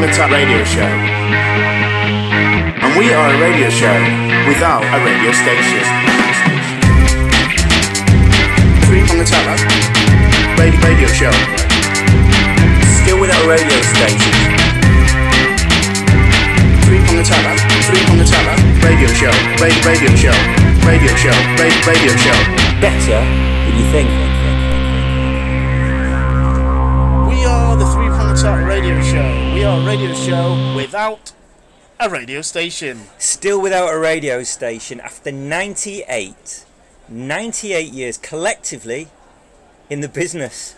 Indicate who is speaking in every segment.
Speaker 1: the Top Radio Show. And we are a radio show without a radio station. Three on the Top Radio, radio Show. Still without a radio station. Three on the Top Three on the Top Radio Show. Radio, radio Show. Radio Show. Radio, radio Show. Better than you think. We are the Three Pound Top Radio Show. We are a radio show without a radio station.
Speaker 2: Still without a radio station after 98, 98 years collectively in the business.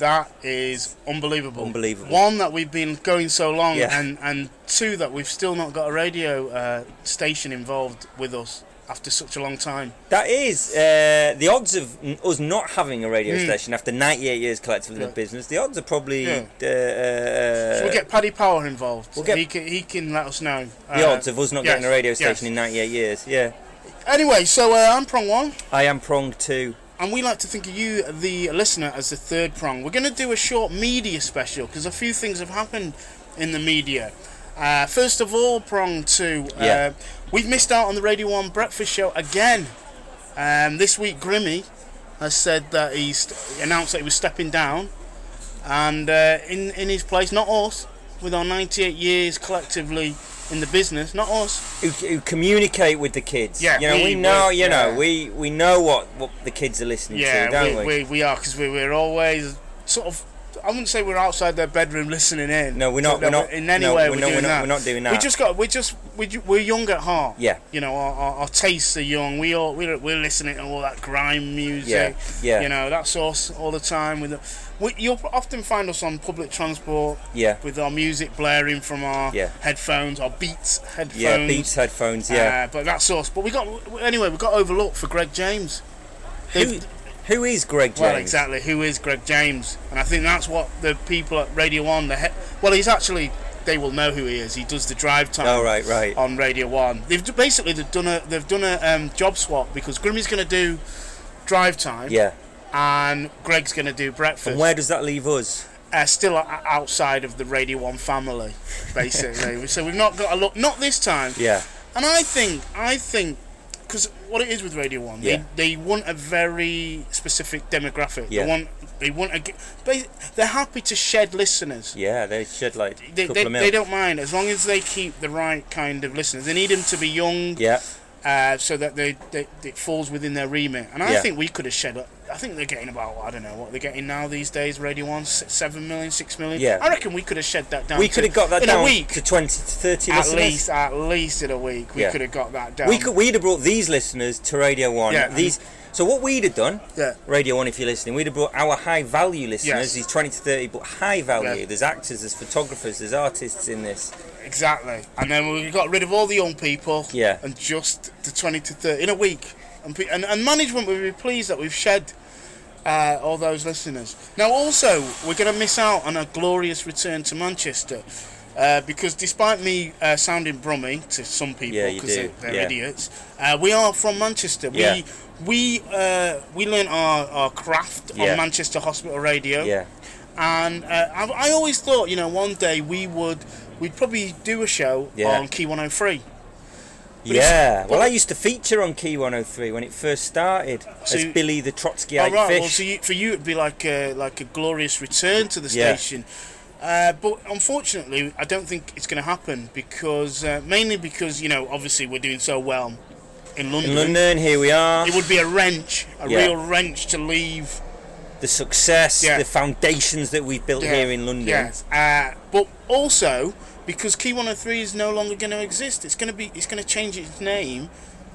Speaker 1: That is unbelievable.
Speaker 2: Unbelievable.
Speaker 1: One that we've been going so long,
Speaker 2: Yeah.
Speaker 1: and and two that we've still not got a radio uh, station involved with us after such a long time.
Speaker 2: That is uh, the odds of n- us not having a radio
Speaker 1: Mm.
Speaker 2: station after 98 years collectively in the business. The odds are probably
Speaker 1: Yeah.
Speaker 2: uh, uh,
Speaker 1: so we'll get Paddy Power involved.
Speaker 2: we'll get-
Speaker 1: he can he can let us know uh,
Speaker 2: the odds of us not
Speaker 1: yes,
Speaker 2: getting a radio
Speaker 1: yes.
Speaker 2: station in 98 years. Yeah,
Speaker 1: Anyway, so uh, I'm prong one.
Speaker 2: I am prong two.
Speaker 1: and we like to think of you, the listener, as the third prong. We're going to do a short media special because a few things have happened in the media. Uh, first of all, prong two, uh,
Speaker 2: Yeah.
Speaker 1: we've missed out on the Radio One Breakfast Show again. Um, this week, Grimmy has said that he's announced that he was stepping down, and uh, in in his place, not us, with our 98 years collectively in the business, not us.
Speaker 2: who, who communicate with the kids.
Speaker 1: Yeah,
Speaker 2: you know,
Speaker 1: we
Speaker 2: we, know,
Speaker 1: would,
Speaker 2: you
Speaker 1: yeah.
Speaker 2: know, we we know what what the kids are listening to, don't
Speaker 1: we,
Speaker 2: we?
Speaker 1: we we are because we we're always sort of. I wouldn't say we're outside their bedroom listening in.
Speaker 2: No, we're not-
Speaker 1: No,
Speaker 2: we're not-
Speaker 1: in any
Speaker 2: no,
Speaker 1: way.
Speaker 2: we're
Speaker 1: We're,
Speaker 2: not-
Speaker 1: doing
Speaker 2: we're not-
Speaker 1: that.
Speaker 2: we're not doing
Speaker 1: We
Speaker 2: that.
Speaker 1: just got. We just. We, ju- we're young at heart.
Speaker 2: Yeah.
Speaker 1: You know, our, our, our tastes are young. We all we're, we're listening to all that grime music.
Speaker 2: Yeah, yeah.
Speaker 1: You know, that's us all the time. With the, we, you'll often find us on public transport
Speaker 2: yeah,
Speaker 1: with our music blaring from our
Speaker 2: Yeah.
Speaker 1: headphones, our Beats headphones.
Speaker 2: yeah, Beats headphones. Yeah,
Speaker 1: Uh, but that's us. But we got anyway. We got overlooked for Greg James.
Speaker 2: who who is Greg James?
Speaker 1: uh, Well, exactly. Who is Greg James? And I think that's what the people at Radio One. The he- well, he's actually they will know who he is. He does the drive time.
Speaker 2: Oh right, right.
Speaker 1: On Radio One, they've d- basically they've done a they've done a um, job swap because Grimmy's going to do drive time,
Speaker 2: Yeah.
Speaker 1: and Greg's going to do breakfast.
Speaker 2: And where does that leave us?
Speaker 1: uh, still o- outside of the Radio One family, basically. so we've not got a look. Not this time.
Speaker 2: Yeah,
Speaker 1: And I think, I think, because what it is with Radio One,
Speaker 2: Yeah.
Speaker 1: they, they want a very specific demographic.
Speaker 2: Yeah.
Speaker 1: They want, they want a, g- they, they're happy to shed listeners.
Speaker 2: yeah. They shed like a
Speaker 1: They,
Speaker 2: couple
Speaker 1: they,
Speaker 2: of mil.
Speaker 1: they don't mind as long as they keep the right kind of listeners. They need them to be young,
Speaker 2: Yeah,
Speaker 1: uh, so that they, they it falls within their remit. And I
Speaker 2: Yeah.
Speaker 1: think we could have shed. I think they're getting about I don't know what they're getting now these days. Radio One, s- seven million, six million.
Speaker 2: Yeah.
Speaker 1: I reckon we could have shed that down.
Speaker 2: we
Speaker 1: to-
Speaker 2: could have got that
Speaker 1: in
Speaker 2: down
Speaker 1: a week.
Speaker 2: to twenty to thirty
Speaker 1: at
Speaker 2: listeners.
Speaker 1: least, at least in a week, we
Speaker 2: Yeah.
Speaker 1: could have got that down.
Speaker 2: we could we'd have brought these listeners to Radio One.
Speaker 1: Yeah, and-
Speaker 2: these. So what we'd have done,
Speaker 1: Yeah.
Speaker 2: Radio One, if you're listening, we'd have brought our high value listeners.
Speaker 1: Yes.
Speaker 2: These twenty to thirty, but high value.
Speaker 1: Yeah.
Speaker 2: There's actors, there's photographers, there's artists in this.
Speaker 1: Exactly. And then we got rid of all the young people.
Speaker 2: Yeah.
Speaker 1: And just the 20 to 30 in a week. And, pe- and, and management will be pleased that we've shed uh, all those listeners. Now, also, we're going to miss out on a glorious return to Manchester. Uh, because despite me uh, sounding brummy to some people
Speaker 2: Yeah, you
Speaker 1: because
Speaker 2: do.
Speaker 1: they're, they're
Speaker 2: Yeah.
Speaker 1: idiots, uh, we are from Manchester.
Speaker 2: Yeah.
Speaker 1: We we uh, we learnt our, our craft
Speaker 2: Yeah.
Speaker 1: on Manchester Hospital Radio
Speaker 2: Yeah.
Speaker 1: and uh, I, I always thought, you know, one day we would, we'd probably do a show
Speaker 2: Yeah.
Speaker 1: on Key 103. But it's-
Speaker 2: Yeah, well,
Speaker 1: but-
Speaker 2: I used to feature on Key 103 when it first started
Speaker 1: So
Speaker 2: as
Speaker 1: you-
Speaker 2: Billy the Trotsky
Speaker 1: All
Speaker 2: Eyed
Speaker 1: right,
Speaker 2: Fish.
Speaker 1: well, so you, for you it'd be like a, like a glorious return to the
Speaker 2: Yeah.
Speaker 1: station. Uh, but unfortunately, I don't think it's going to happen because uh, mainly because you know, obviously, we're doing so well in London.
Speaker 2: In London, here we are.
Speaker 1: It would be a wrench, a
Speaker 2: Yeah.
Speaker 1: real wrench to leave.
Speaker 2: The success,
Speaker 1: Yeah.
Speaker 2: the foundations that we've built
Speaker 1: Yeah,
Speaker 2: here in London.
Speaker 1: Yes, uh, but also because Key 103 is no longer going to exist. It's going to be. It's going to change its name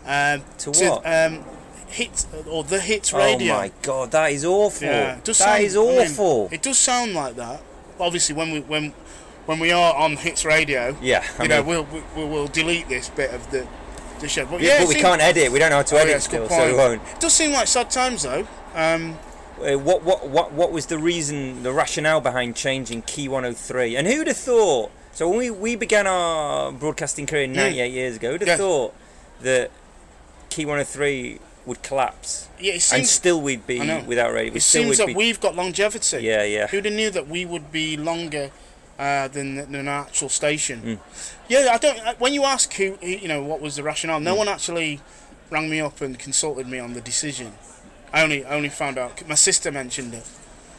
Speaker 1: uh,
Speaker 2: To what?
Speaker 1: um, hits or the Hits
Speaker 2: Oh
Speaker 1: Radio.
Speaker 2: my God, that is awful.
Speaker 1: Yeah, it
Speaker 2: That is
Speaker 1: sound- I mean,
Speaker 2: awful.
Speaker 1: it does sound like that. Obviously, when we when when we are on Hits Radio,
Speaker 2: yeah, I
Speaker 1: you know,
Speaker 2: mean-
Speaker 1: we'll, we we'll we'll delete this bit of the the show. But
Speaker 2: yeah,
Speaker 1: yeah, it
Speaker 2: but we
Speaker 1: seems-
Speaker 2: can't edit. We don't know how to
Speaker 1: Oh, yeah,
Speaker 2: edit
Speaker 1: it's a
Speaker 2: still,
Speaker 1: good
Speaker 2: so we
Speaker 1: point.
Speaker 2: won't.
Speaker 1: It does seem like sad times though. Um,
Speaker 2: Uh, what, what, what, what was the reason, the rationale behind changing Key 103? And who'd have thought? So when we, we began our broadcasting career 98 years ago, who'd have
Speaker 1: Mm. Yeah.
Speaker 2: thought that Key 103 would collapse?
Speaker 1: yeah, it
Speaker 2: and
Speaker 1: seems
Speaker 2: still we'd be
Speaker 1: I know.
Speaker 2: without radio. We
Speaker 1: It
Speaker 2: still
Speaker 1: seems
Speaker 2: would
Speaker 1: that
Speaker 2: be.
Speaker 1: we've got longevity.
Speaker 2: Yeah, yeah.
Speaker 1: Who'd have knew that we would be longer uh, than, than an actual station. Yeah, I don't. I- When you ask who, who- you know, what was the rationale, no one actually rang me up and consulted me on the decision. I only only found out. My sister mentioned it.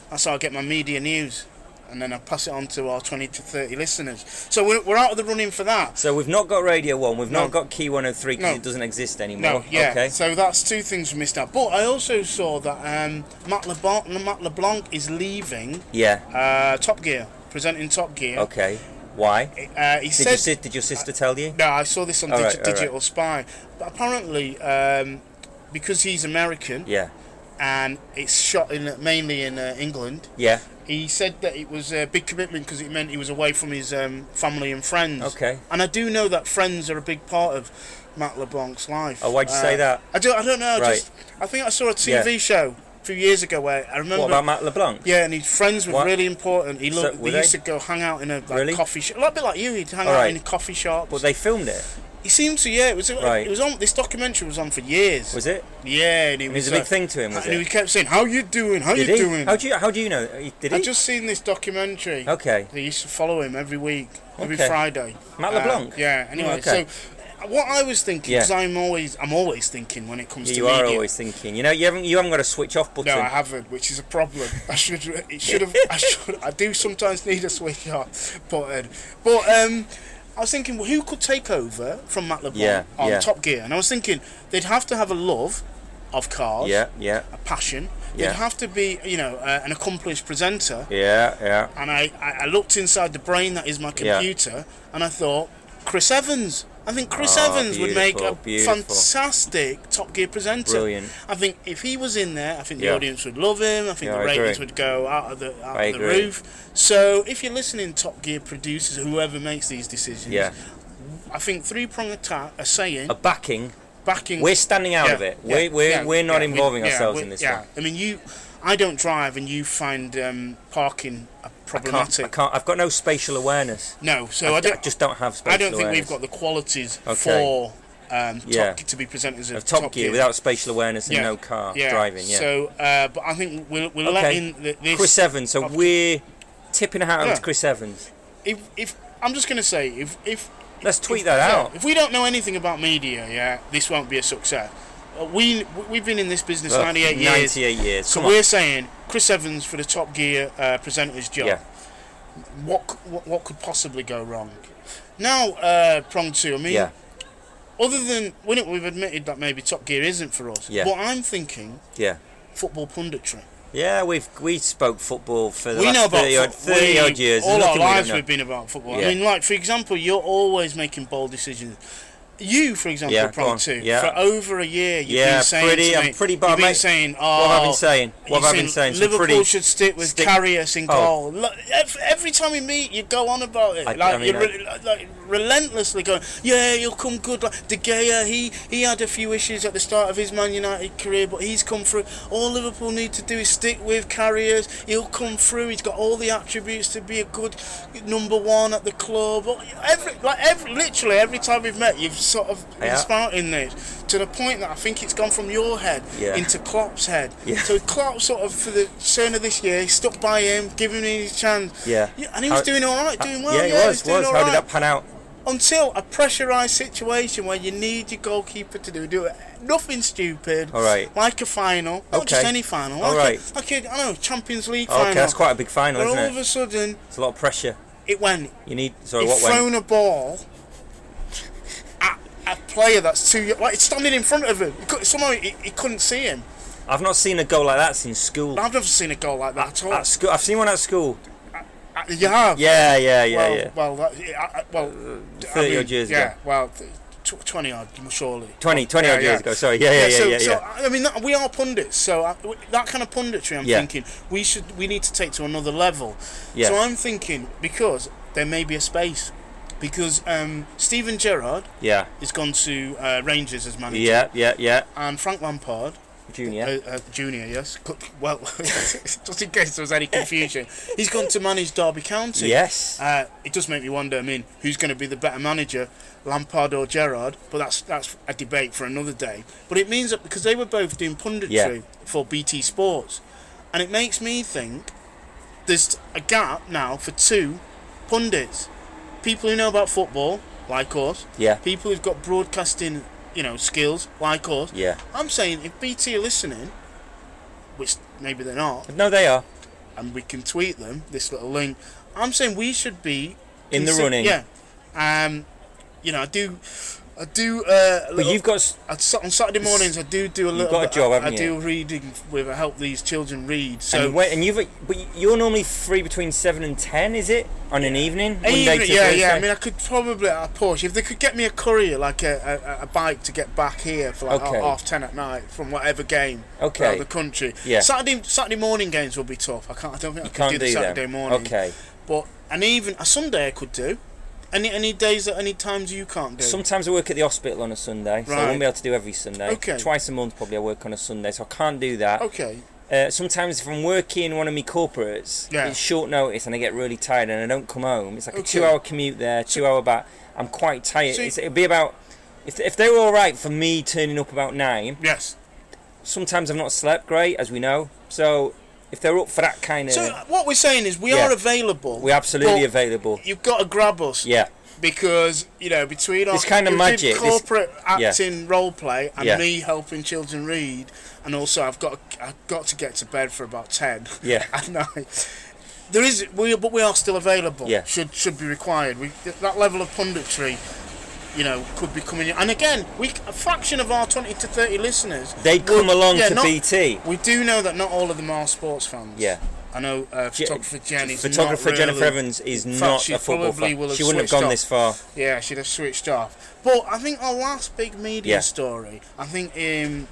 Speaker 1: That's how I get my media news, and then I pass it on to our twenty to thirty listeners. So we're, we're out of the running for that.
Speaker 2: So we've not got Radio 1, we've
Speaker 1: No.
Speaker 2: not got Key 103 because
Speaker 1: No.
Speaker 2: it doesn't exist anymore.
Speaker 1: No, yeah.
Speaker 2: Oh, Okay.
Speaker 1: So that's two things we missed out. But I also saw that um, Matt, LeBlanc, Matt LeBlanc is leaving
Speaker 2: Yeah.
Speaker 1: uh, Top Gear, presenting Top Gear.
Speaker 2: Okay. Why?
Speaker 1: Uh, he
Speaker 2: Did, your
Speaker 1: says.
Speaker 2: si- did your sister tell you?
Speaker 1: No, I saw this on
Speaker 2: All
Speaker 1: Digi-
Speaker 2: right, all right.
Speaker 1: Digital Spy. But apparently, um, because he's American
Speaker 2: Yeah.
Speaker 1: and it's shot in mainly in uh, England,
Speaker 2: Yeah.
Speaker 1: he said that it was a big commitment because it meant he was away from his um, family and friends.
Speaker 2: Okay.
Speaker 1: And I do know that friends are a big part of Matt LeBlanc's life. Uh,
Speaker 2: Oh, why'd you say that?
Speaker 1: I don't. I don't know. I
Speaker 2: Right.
Speaker 1: Just, I think I saw a TV show a few years ago where I remember.
Speaker 2: What about Matt LeBlanc?
Speaker 1: yeah, and his friends were
Speaker 2: What?
Speaker 1: really important. He
Speaker 2: So,
Speaker 1: loved,
Speaker 2: were
Speaker 1: they used
Speaker 2: they?
Speaker 1: to go hang out in a like,
Speaker 2: Really?
Speaker 1: coffee shop, a little bit like you. He'd hang
Speaker 2: All
Speaker 1: out
Speaker 2: right.
Speaker 1: in coffee shops.
Speaker 2: But they filmed it,
Speaker 1: He seemed to, yeah. It was,
Speaker 2: Right.
Speaker 1: it was on. This documentary was on for years.
Speaker 2: was it?
Speaker 1: yeah, and he
Speaker 2: It
Speaker 1: was
Speaker 2: was a big
Speaker 1: uh,
Speaker 2: thing to him, was
Speaker 1: and he
Speaker 2: it?
Speaker 1: kept saying, "How you doing? How
Speaker 2: Did
Speaker 1: you
Speaker 2: he?
Speaker 1: doing?"
Speaker 2: How do you How do you know? He- Did he?
Speaker 1: I just seen this documentary.
Speaker 2: Okay.
Speaker 1: They used to follow him every week, every
Speaker 2: Okay.
Speaker 1: Friday.
Speaker 2: Matt
Speaker 1: Uh,
Speaker 2: LeBlanc?
Speaker 1: yeah.
Speaker 2: Oh,
Speaker 1: Anyway,
Speaker 2: okay.
Speaker 1: so uh, what I was thinking,
Speaker 2: Yeah.
Speaker 1: because I'm always, I'm always thinking when it comes
Speaker 2: Yeah,
Speaker 1: to
Speaker 2: you are
Speaker 1: media.
Speaker 2: always thinking. You know, you haven't you haven't got a switch off button.
Speaker 1: No, I haven't, which is a problem. I should, it should have, I should, I do sometimes need a switch off button. But um, I was thinking, well, who could take over from Matt LeBlanc
Speaker 2: Yeah,
Speaker 1: on
Speaker 2: yeah.
Speaker 1: Top Gear? And I was thinking they'd have to have a love of cars,
Speaker 2: yeah, yeah,
Speaker 1: a passion.
Speaker 2: Yeah.
Speaker 1: They'd have to be, you know, uh, an accomplished presenter.
Speaker 2: yeah, yeah.
Speaker 1: And I, I, I looked inside the brain that is my
Speaker 2: Yeah.
Speaker 1: computer, and I thought, Chris Evans. I think Chris
Speaker 2: Ah,
Speaker 1: Evans would make a
Speaker 2: beautiful, beautiful.
Speaker 1: fantastic Top Gear presenter.
Speaker 2: Brilliant.
Speaker 1: I think if he was in there, I think the
Speaker 2: Yeah.
Speaker 1: audience would love him. I think
Speaker 2: Yeah,
Speaker 1: the
Speaker 2: I
Speaker 1: ratings
Speaker 2: agree.
Speaker 1: would go out of the out
Speaker 2: I
Speaker 1: of the
Speaker 2: agree.
Speaker 1: roof. So if you're listening, Top Gear producers, whoever makes these decisions,
Speaker 2: Yeah.
Speaker 1: I think three prong attack are saying
Speaker 2: A backing.
Speaker 1: backing.
Speaker 2: We're standing out
Speaker 1: Yeah,
Speaker 2: of it.
Speaker 1: yeah,
Speaker 2: we're we're,
Speaker 1: yeah,
Speaker 2: we're not
Speaker 1: yeah, we-
Speaker 2: involving
Speaker 1: yeah,
Speaker 2: ourselves
Speaker 1: we-
Speaker 2: in this
Speaker 1: yeah.
Speaker 2: one.
Speaker 1: I mean, you, I don't drive, and you find um, parking uh,
Speaker 2: Can't, I
Speaker 1: problematic.
Speaker 2: can't. I've got no spatial awareness.
Speaker 1: No, so I,
Speaker 2: I,
Speaker 1: don't.
Speaker 2: just don't have spatial
Speaker 1: I don't think we've
Speaker 2: awareness.
Speaker 1: got the qualities
Speaker 2: Okay.
Speaker 1: for um,
Speaker 2: Yeah.
Speaker 1: top, to be presenters of,
Speaker 2: of Top, Gear, without spatial awareness and
Speaker 1: Yeah,
Speaker 2: no car
Speaker 1: yeah.
Speaker 2: driving. Yeah.
Speaker 1: So, uh, but I think we'll, we'll let
Speaker 2: Okay.
Speaker 1: in the, this.
Speaker 2: Chris Evans. So
Speaker 1: Top Gear.
Speaker 2: we're tipping a hat over
Speaker 1: Yeah.
Speaker 2: to Chris Evans.
Speaker 1: if, if I'm just gonna say, if if
Speaker 2: Let's tweet
Speaker 1: if,
Speaker 2: that
Speaker 1: yeah,
Speaker 2: out.
Speaker 1: If we don't know anything about media, yeah, this won't be a success. Uh, we we've been in this business
Speaker 2: Look,
Speaker 1: 98 years.
Speaker 2: 98 years.
Speaker 1: So
Speaker 2: Come on.
Speaker 1: we're saying Chris Evans for the Top Gear uh, presenter's job.
Speaker 2: Yeah.
Speaker 1: What, c- what what could possibly go wrong? Now, uh, prong two. I mean,
Speaker 2: Yeah.
Speaker 1: other than when it, we've admitted that maybe Top Gear isn't for us.
Speaker 2: Yeah.
Speaker 1: What I'm thinking,
Speaker 2: Yeah.
Speaker 1: football punditry.
Speaker 2: Yeah, we've we spoke football for the
Speaker 1: we
Speaker 2: last
Speaker 1: know about
Speaker 2: 30, odd,
Speaker 1: football.
Speaker 2: 30 odd years. There's
Speaker 1: All our
Speaker 2: nothing we don't
Speaker 1: lives
Speaker 2: know.
Speaker 1: have been about football.
Speaker 2: Yeah.
Speaker 1: I mean, like for example, you're always making bold decisions. You, for example,
Speaker 2: Yeah, go
Speaker 1: prong
Speaker 2: on.
Speaker 1: two.
Speaker 2: Yeah.
Speaker 1: For over a year, you've
Speaker 2: Yeah,
Speaker 1: been saying
Speaker 2: pretty-
Speaker 1: to
Speaker 2: I'm
Speaker 1: me-
Speaker 2: pretty
Speaker 1: You've
Speaker 2: bad,
Speaker 1: been
Speaker 2: mate.
Speaker 1: saying,
Speaker 2: What
Speaker 1: oh,
Speaker 2: have I been saying? What
Speaker 1: you're
Speaker 2: have I been
Speaker 1: saying
Speaker 2: saying? Some
Speaker 1: Liverpool
Speaker 2: pretty
Speaker 1: should stick with
Speaker 2: stick-
Speaker 1: Carrius in
Speaker 2: Oh.
Speaker 1: goal. Look, ev- every time we meet, you go on about it.
Speaker 2: I-
Speaker 1: like
Speaker 2: I mean,
Speaker 1: you're re- like relentlessly going, yeah, you'll come good. Like De Gea, he he had a few issues at the start of his Man United career, but he's come through. All Liverpool need to do is stick with Carrius. He'll come through. He's got all the attributes to be a good number one at the club. Every like every literally every time we've met, you've sort of
Speaker 2: Yeah.
Speaker 1: been spouting this to the point that I think it's gone from your head
Speaker 2: Yeah.
Speaker 1: into Klopp's head.
Speaker 2: Yeah.
Speaker 1: So Klopp sort of for the turn of this year, he stuck by him, giving him his chance.
Speaker 2: Yeah.
Speaker 1: and he was
Speaker 2: How-
Speaker 1: doing all right, doing well.
Speaker 2: yeah, it
Speaker 1: he
Speaker 2: was.
Speaker 1: doing
Speaker 2: was.
Speaker 1: all
Speaker 2: How did
Speaker 1: right.
Speaker 2: that pan out?
Speaker 1: Until a pressurised situation where you need your goalkeeper to do do nothing stupid.
Speaker 2: All right.
Speaker 1: Like a final, not just
Speaker 2: Okay.
Speaker 1: any final.
Speaker 2: All
Speaker 1: Like
Speaker 2: right.
Speaker 1: A, like a, I don't know, Champions League
Speaker 2: Oh, Okay,
Speaker 1: final.
Speaker 2: that's quite a big final,
Speaker 1: But all
Speaker 2: isn't
Speaker 1: of
Speaker 2: it?
Speaker 1: a sudden,
Speaker 2: It's a lot of pressure.
Speaker 1: it went.
Speaker 2: You need. Sorry,
Speaker 1: He'd
Speaker 2: what went?
Speaker 1: thrown a ball at a player that's too like it's standing in front of him. He could, somehow he, he couldn't see him.
Speaker 2: I've not seen a goal like that since school.
Speaker 1: I've never seen a goal like that at all.
Speaker 2: At school, I've seen one at school.
Speaker 1: Uh, you have.
Speaker 2: Yeah, yeah, yeah,
Speaker 1: well,
Speaker 2: yeah.
Speaker 1: Well, that, yeah, I- I- well, I
Speaker 2: 30
Speaker 1: mean,
Speaker 2: odd years
Speaker 1: yeah,
Speaker 2: ago.
Speaker 1: well, th- tw- 20 odd, surely.
Speaker 2: 20, 20 odd
Speaker 1: Yeah,
Speaker 2: years
Speaker 1: yeah.
Speaker 2: ago. Sorry. Yeah, yeah, yeah,
Speaker 1: so,
Speaker 2: yeah.
Speaker 1: so
Speaker 2: yeah.
Speaker 1: I mean, that, we are pundits, so I, w- that kind of punditry, I'm
Speaker 2: Yeah.
Speaker 1: thinking we should, we need to take to another level.
Speaker 2: Yeah.
Speaker 1: So I'm thinking because there may be a space, because um, Stephen Gerrard
Speaker 2: yeah,
Speaker 1: has gone to uh, Rangers as manager,
Speaker 2: yeah, yeah, yeah.
Speaker 1: and Frank Lampard
Speaker 2: Junior.
Speaker 1: uh, uh, junior, yes. Co- Well, just in case there was any confusion, he's gone to manage Derby County.
Speaker 2: Yes.
Speaker 1: Uh, it does make me wonder. I mean, who's going to be the better manager, Lampard or Gerrard? But that's that's a debate for another day. But it means that because they were both doing punditry
Speaker 2: Yeah.
Speaker 1: for BT Sports, and it makes me think there's a gap now for two pundits, people who know about football, like us,
Speaker 2: Yeah.
Speaker 1: people who've got broadcasting, you know, skills, like us.
Speaker 2: Yeah.
Speaker 1: I'm saying if BT are listening, which maybe they're not,
Speaker 2: No, they are.
Speaker 1: and we can tweet them this little link. I'm saying we should be
Speaker 2: In the
Speaker 1: consi-
Speaker 2: running.
Speaker 1: Yeah, um, you know, I do, I do. Uh, a
Speaker 2: But
Speaker 1: little-
Speaker 2: you've got. s-
Speaker 1: I s- on Saturday mornings, I do do a little.
Speaker 2: got a
Speaker 1: bit-
Speaker 2: job, haven't
Speaker 1: I,
Speaker 2: you?
Speaker 1: do reading with I help these children read. So
Speaker 2: and, when, and you've but you're normally free between seven and ten, is it? On an evening, Monday
Speaker 1: Even-
Speaker 2: to
Speaker 1: yeah, yeah. I
Speaker 2: Thursday?
Speaker 1: mean, I could probably I push if they could get me a courier, like a, a, a bike to get back here for like
Speaker 2: Okay.
Speaker 1: half, half ten at night from whatever game
Speaker 2: Okay.
Speaker 1: around the country.
Speaker 2: Yeah.
Speaker 1: Saturday Saturday morning games will be tough. I can't. I don't think I
Speaker 2: you
Speaker 1: can
Speaker 2: can't
Speaker 1: do
Speaker 2: do,
Speaker 1: the
Speaker 2: that.
Speaker 1: Saturday morning.
Speaker 2: Okay.
Speaker 1: But and even a Sunday I could do. Any any days at any times you can't do.
Speaker 2: Sometimes I work at the hospital on a Sunday, so I
Speaker 1: Right.
Speaker 2: won't be able to do every Sunday.
Speaker 1: Okay. Oh.
Speaker 2: Twice a month, probably I work on a Sunday, so I can't do that.
Speaker 1: okay.
Speaker 2: Uh, sometimes if I'm working one of my corporates,
Speaker 1: Yeah.
Speaker 2: it's short notice and I get really tired and I don't come home. It's like a
Speaker 1: Okay.
Speaker 2: two-hour commute there, two-hour back. I'm quite tired.
Speaker 1: So-
Speaker 2: It's, it'd be about if if they were all right for me turning up about nine.
Speaker 1: Yes.
Speaker 2: Sometimes I've not slept great, as we know. So if they're up for that kind of,
Speaker 1: So what we're saying is we
Speaker 2: Yeah.
Speaker 1: are available.
Speaker 2: we're absolutely
Speaker 1: but
Speaker 2: available.
Speaker 1: You've got to grab us.
Speaker 2: Yeah,
Speaker 1: because you know between our
Speaker 2: This kind of
Speaker 1: between
Speaker 2: magic, this-
Speaker 1: corporate
Speaker 2: yeah.
Speaker 1: acting role play and
Speaker 2: Yeah.
Speaker 1: me helping children read, and also I've got I've got to get to bed for about ten
Speaker 2: yeah.
Speaker 1: at night. There is we but we are still available.
Speaker 2: Yeah.
Speaker 1: should should be required. We that level of punditry, you know, could be coming in. And again, we a fraction of our twenty to thirty listeners.
Speaker 2: They come along
Speaker 1: yeah,
Speaker 2: to
Speaker 1: not-
Speaker 2: BT.
Speaker 1: We do know that not all of them are sports fans.
Speaker 2: Yeah.
Speaker 1: I know uh,
Speaker 2: Je-
Speaker 1: photographer Jenny's
Speaker 2: photographer
Speaker 1: not
Speaker 2: Jennifer
Speaker 1: really-
Speaker 2: Evans is
Speaker 1: fact,
Speaker 2: not
Speaker 1: she
Speaker 2: a football
Speaker 1: probably will
Speaker 2: fan.
Speaker 1: have
Speaker 2: She wouldn't have
Speaker 1: switched
Speaker 2: gone
Speaker 1: off.
Speaker 2: this far.
Speaker 1: Yeah, she'd have switched off. But I think our last big media
Speaker 2: Yeah.
Speaker 1: story, I think um,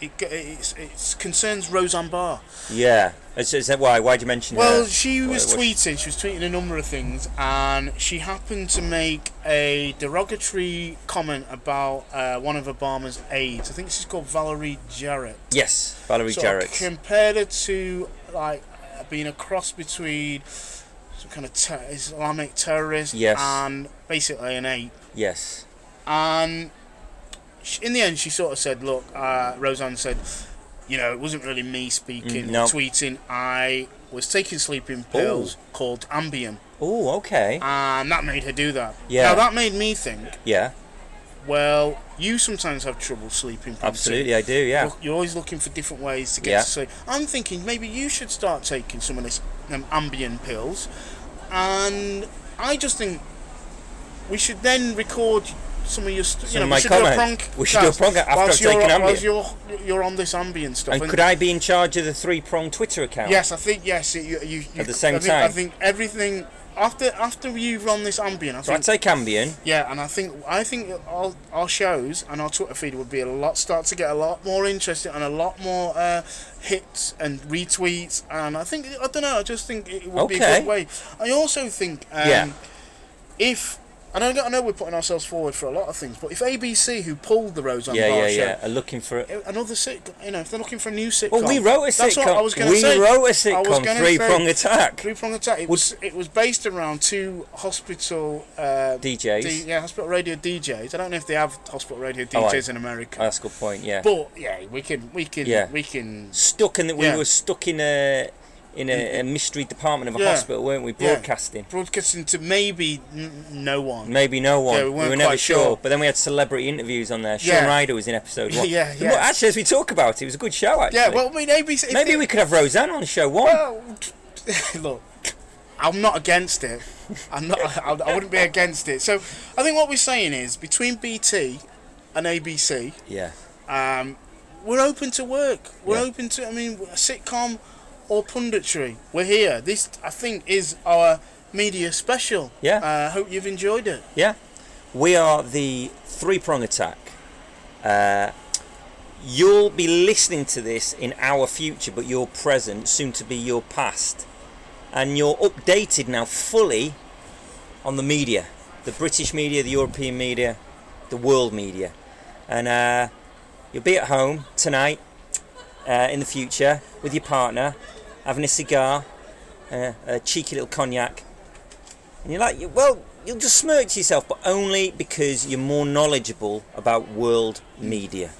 Speaker 1: it, it, it's, it's concerns Roseanne Barr.
Speaker 2: Yeah. Is, is that why? Why'd you mention
Speaker 1: Well,
Speaker 2: her?
Speaker 1: she
Speaker 2: Why-
Speaker 1: was
Speaker 2: why-
Speaker 1: tweeting, she was tweeting a number of things, and she happened to make a derogatory comment about uh, one of Obama's aides. I think she's called Valerie Jarrett.
Speaker 2: Yes, Valerie
Speaker 1: So I
Speaker 2: Jarrett.
Speaker 1: compared her to, like, uh, being a cross between some kind of ter- Islamic terrorist
Speaker 2: Yes.
Speaker 1: and basically an ape.
Speaker 2: Yes.
Speaker 1: And sh in the end, she sort of said, "Look, uh, Roseanne said, you know, it wasn't really me speaking,
Speaker 2: Mm, no.
Speaker 1: tweeting. I was taking sleeping pills called Ambien,
Speaker 2: Oh, okay.
Speaker 1: and that made her do that.
Speaker 2: Yeah.
Speaker 1: Now that made me think.
Speaker 2: Yeah,
Speaker 1: Well, you sometimes have trouble sleeping. Prince.
Speaker 2: absolutely, I do. Yeah.
Speaker 1: You're, you're always looking for different ways to get
Speaker 2: Yeah.
Speaker 1: to sleep. I'm thinking maybe you should start taking some of this um, Ambien pills, and I just think we should then record some of your st-
Speaker 2: Some
Speaker 1: you know
Speaker 2: of
Speaker 1: we
Speaker 2: my
Speaker 1: should do a
Speaker 2: comments.
Speaker 1: prank
Speaker 2: We should do a
Speaker 1: cast
Speaker 2: prank after I've
Speaker 1: whilst you're,
Speaker 2: taken
Speaker 1: whilst you're, you're on this Ambien stuff.
Speaker 2: And
Speaker 1: And
Speaker 2: could I be in charge of the three-pronged Twitter account?
Speaker 1: yes, I think yes. You, you, you,
Speaker 2: At the same
Speaker 1: I think, I
Speaker 2: time.
Speaker 1: think everything after after you've run this Ambien, I
Speaker 2: So I'd take
Speaker 1: think
Speaker 2: Ambien.
Speaker 1: yeah, and I think I think our, our shows and our Twitter feed would be a lot start to get a lot more interesting and a lot more uh, hits and retweets. And I think I don't know. I just think it would be a
Speaker 2: Okay.
Speaker 1: good way. I also think um,
Speaker 2: Yeah.
Speaker 1: if and I know, I know we're putting ourselves forward for a lot of things, but if ABC who pulled the Roseanne
Speaker 2: yeah,
Speaker 1: Barr
Speaker 2: yeah,
Speaker 1: show, eh,
Speaker 2: yeah. Are looking for it.
Speaker 1: another sitcom, you know, if they're looking for a new sitcom,
Speaker 2: Well, we wrote a
Speaker 1: That's
Speaker 2: sitcom.
Speaker 1: what I was going to
Speaker 2: we
Speaker 1: say.
Speaker 2: wrote a
Speaker 1: I was
Speaker 2: sitcom,
Speaker 1: gonna
Speaker 2: Three
Speaker 1: say-
Speaker 2: Prong Attack.
Speaker 1: Three Prong Attack. It was it was based around two hospital uh,
Speaker 2: DJs.
Speaker 1: D- yeah, hospital radio DJs. I don't know if they have hospital radio
Speaker 2: Oh, I-
Speaker 1: DJs in America.
Speaker 2: Oh, that's a good point. Yeah.
Speaker 1: but yeah, we can we can
Speaker 2: Yeah.
Speaker 1: we can
Speaker 2: stuck in that we
Speaker 1: Yeah.
Speaker 2: were stuck in a in a, a mystery department of a
Speaker 1: Yeah.
Speaker 2: hospital, weren't we?
Speaker 1: Yeah.
Speaker 2: Broadcasting.
Speaker 1: broadcast into maybe n- no one.
Speaker 2: Maybe no one.
Speaker 1: Yeah, we
Speaker 2: we,
Speaker 1: weren't
Speaker 2: were never
Speaker 1: quite
Speaker 2: sure.
Speaker 1: sure.
Speaker 2: But then we had celebrity interviews on there. Sean
Speaker 1: Yeah.
Speaker 2: Ryder was in episode one.
Speaker 1: Yeah,
Speaker 2: But
Speaker 1: yeah.
Speaker 2: Actually, as we talk about it, it was a good show. Actually.
Speaker 1: Yeah, well, I mean, ABC. if
Speaker 2: maybe
Speaker 1: they-
Speaker 2: we could have Roseanne on show one.
Speaker 1: Well, look, I'm not against it. I'm not. I, I wouldn't be against it. So I think what we're saying is between BT and ABC,
Speaker 2: yeah.
Speaker 1: um, we're open to work. We're
Speaker 2: Yeah.
Speaker 1: open to. I mean, a sitcom or punditry. We're here. This I think is our media special.
Speaker 2: Yeah.
Speaker 1: Uh, hope you've enjoyed it.
Speaker 2: Yeah. We are the three prong attack. Uh, you'll be listening to this in our future, but your present, soon to be your past. And you're updated now fully on the media the British media, the European media, the world media. And uh, you'll be at home tonight, uh, in the future, with your partner, having a cigar, uh, a cheeky little cognac, and you're like, well, you'll just smirk to yourself, but only because you're more knowledgeable about world media.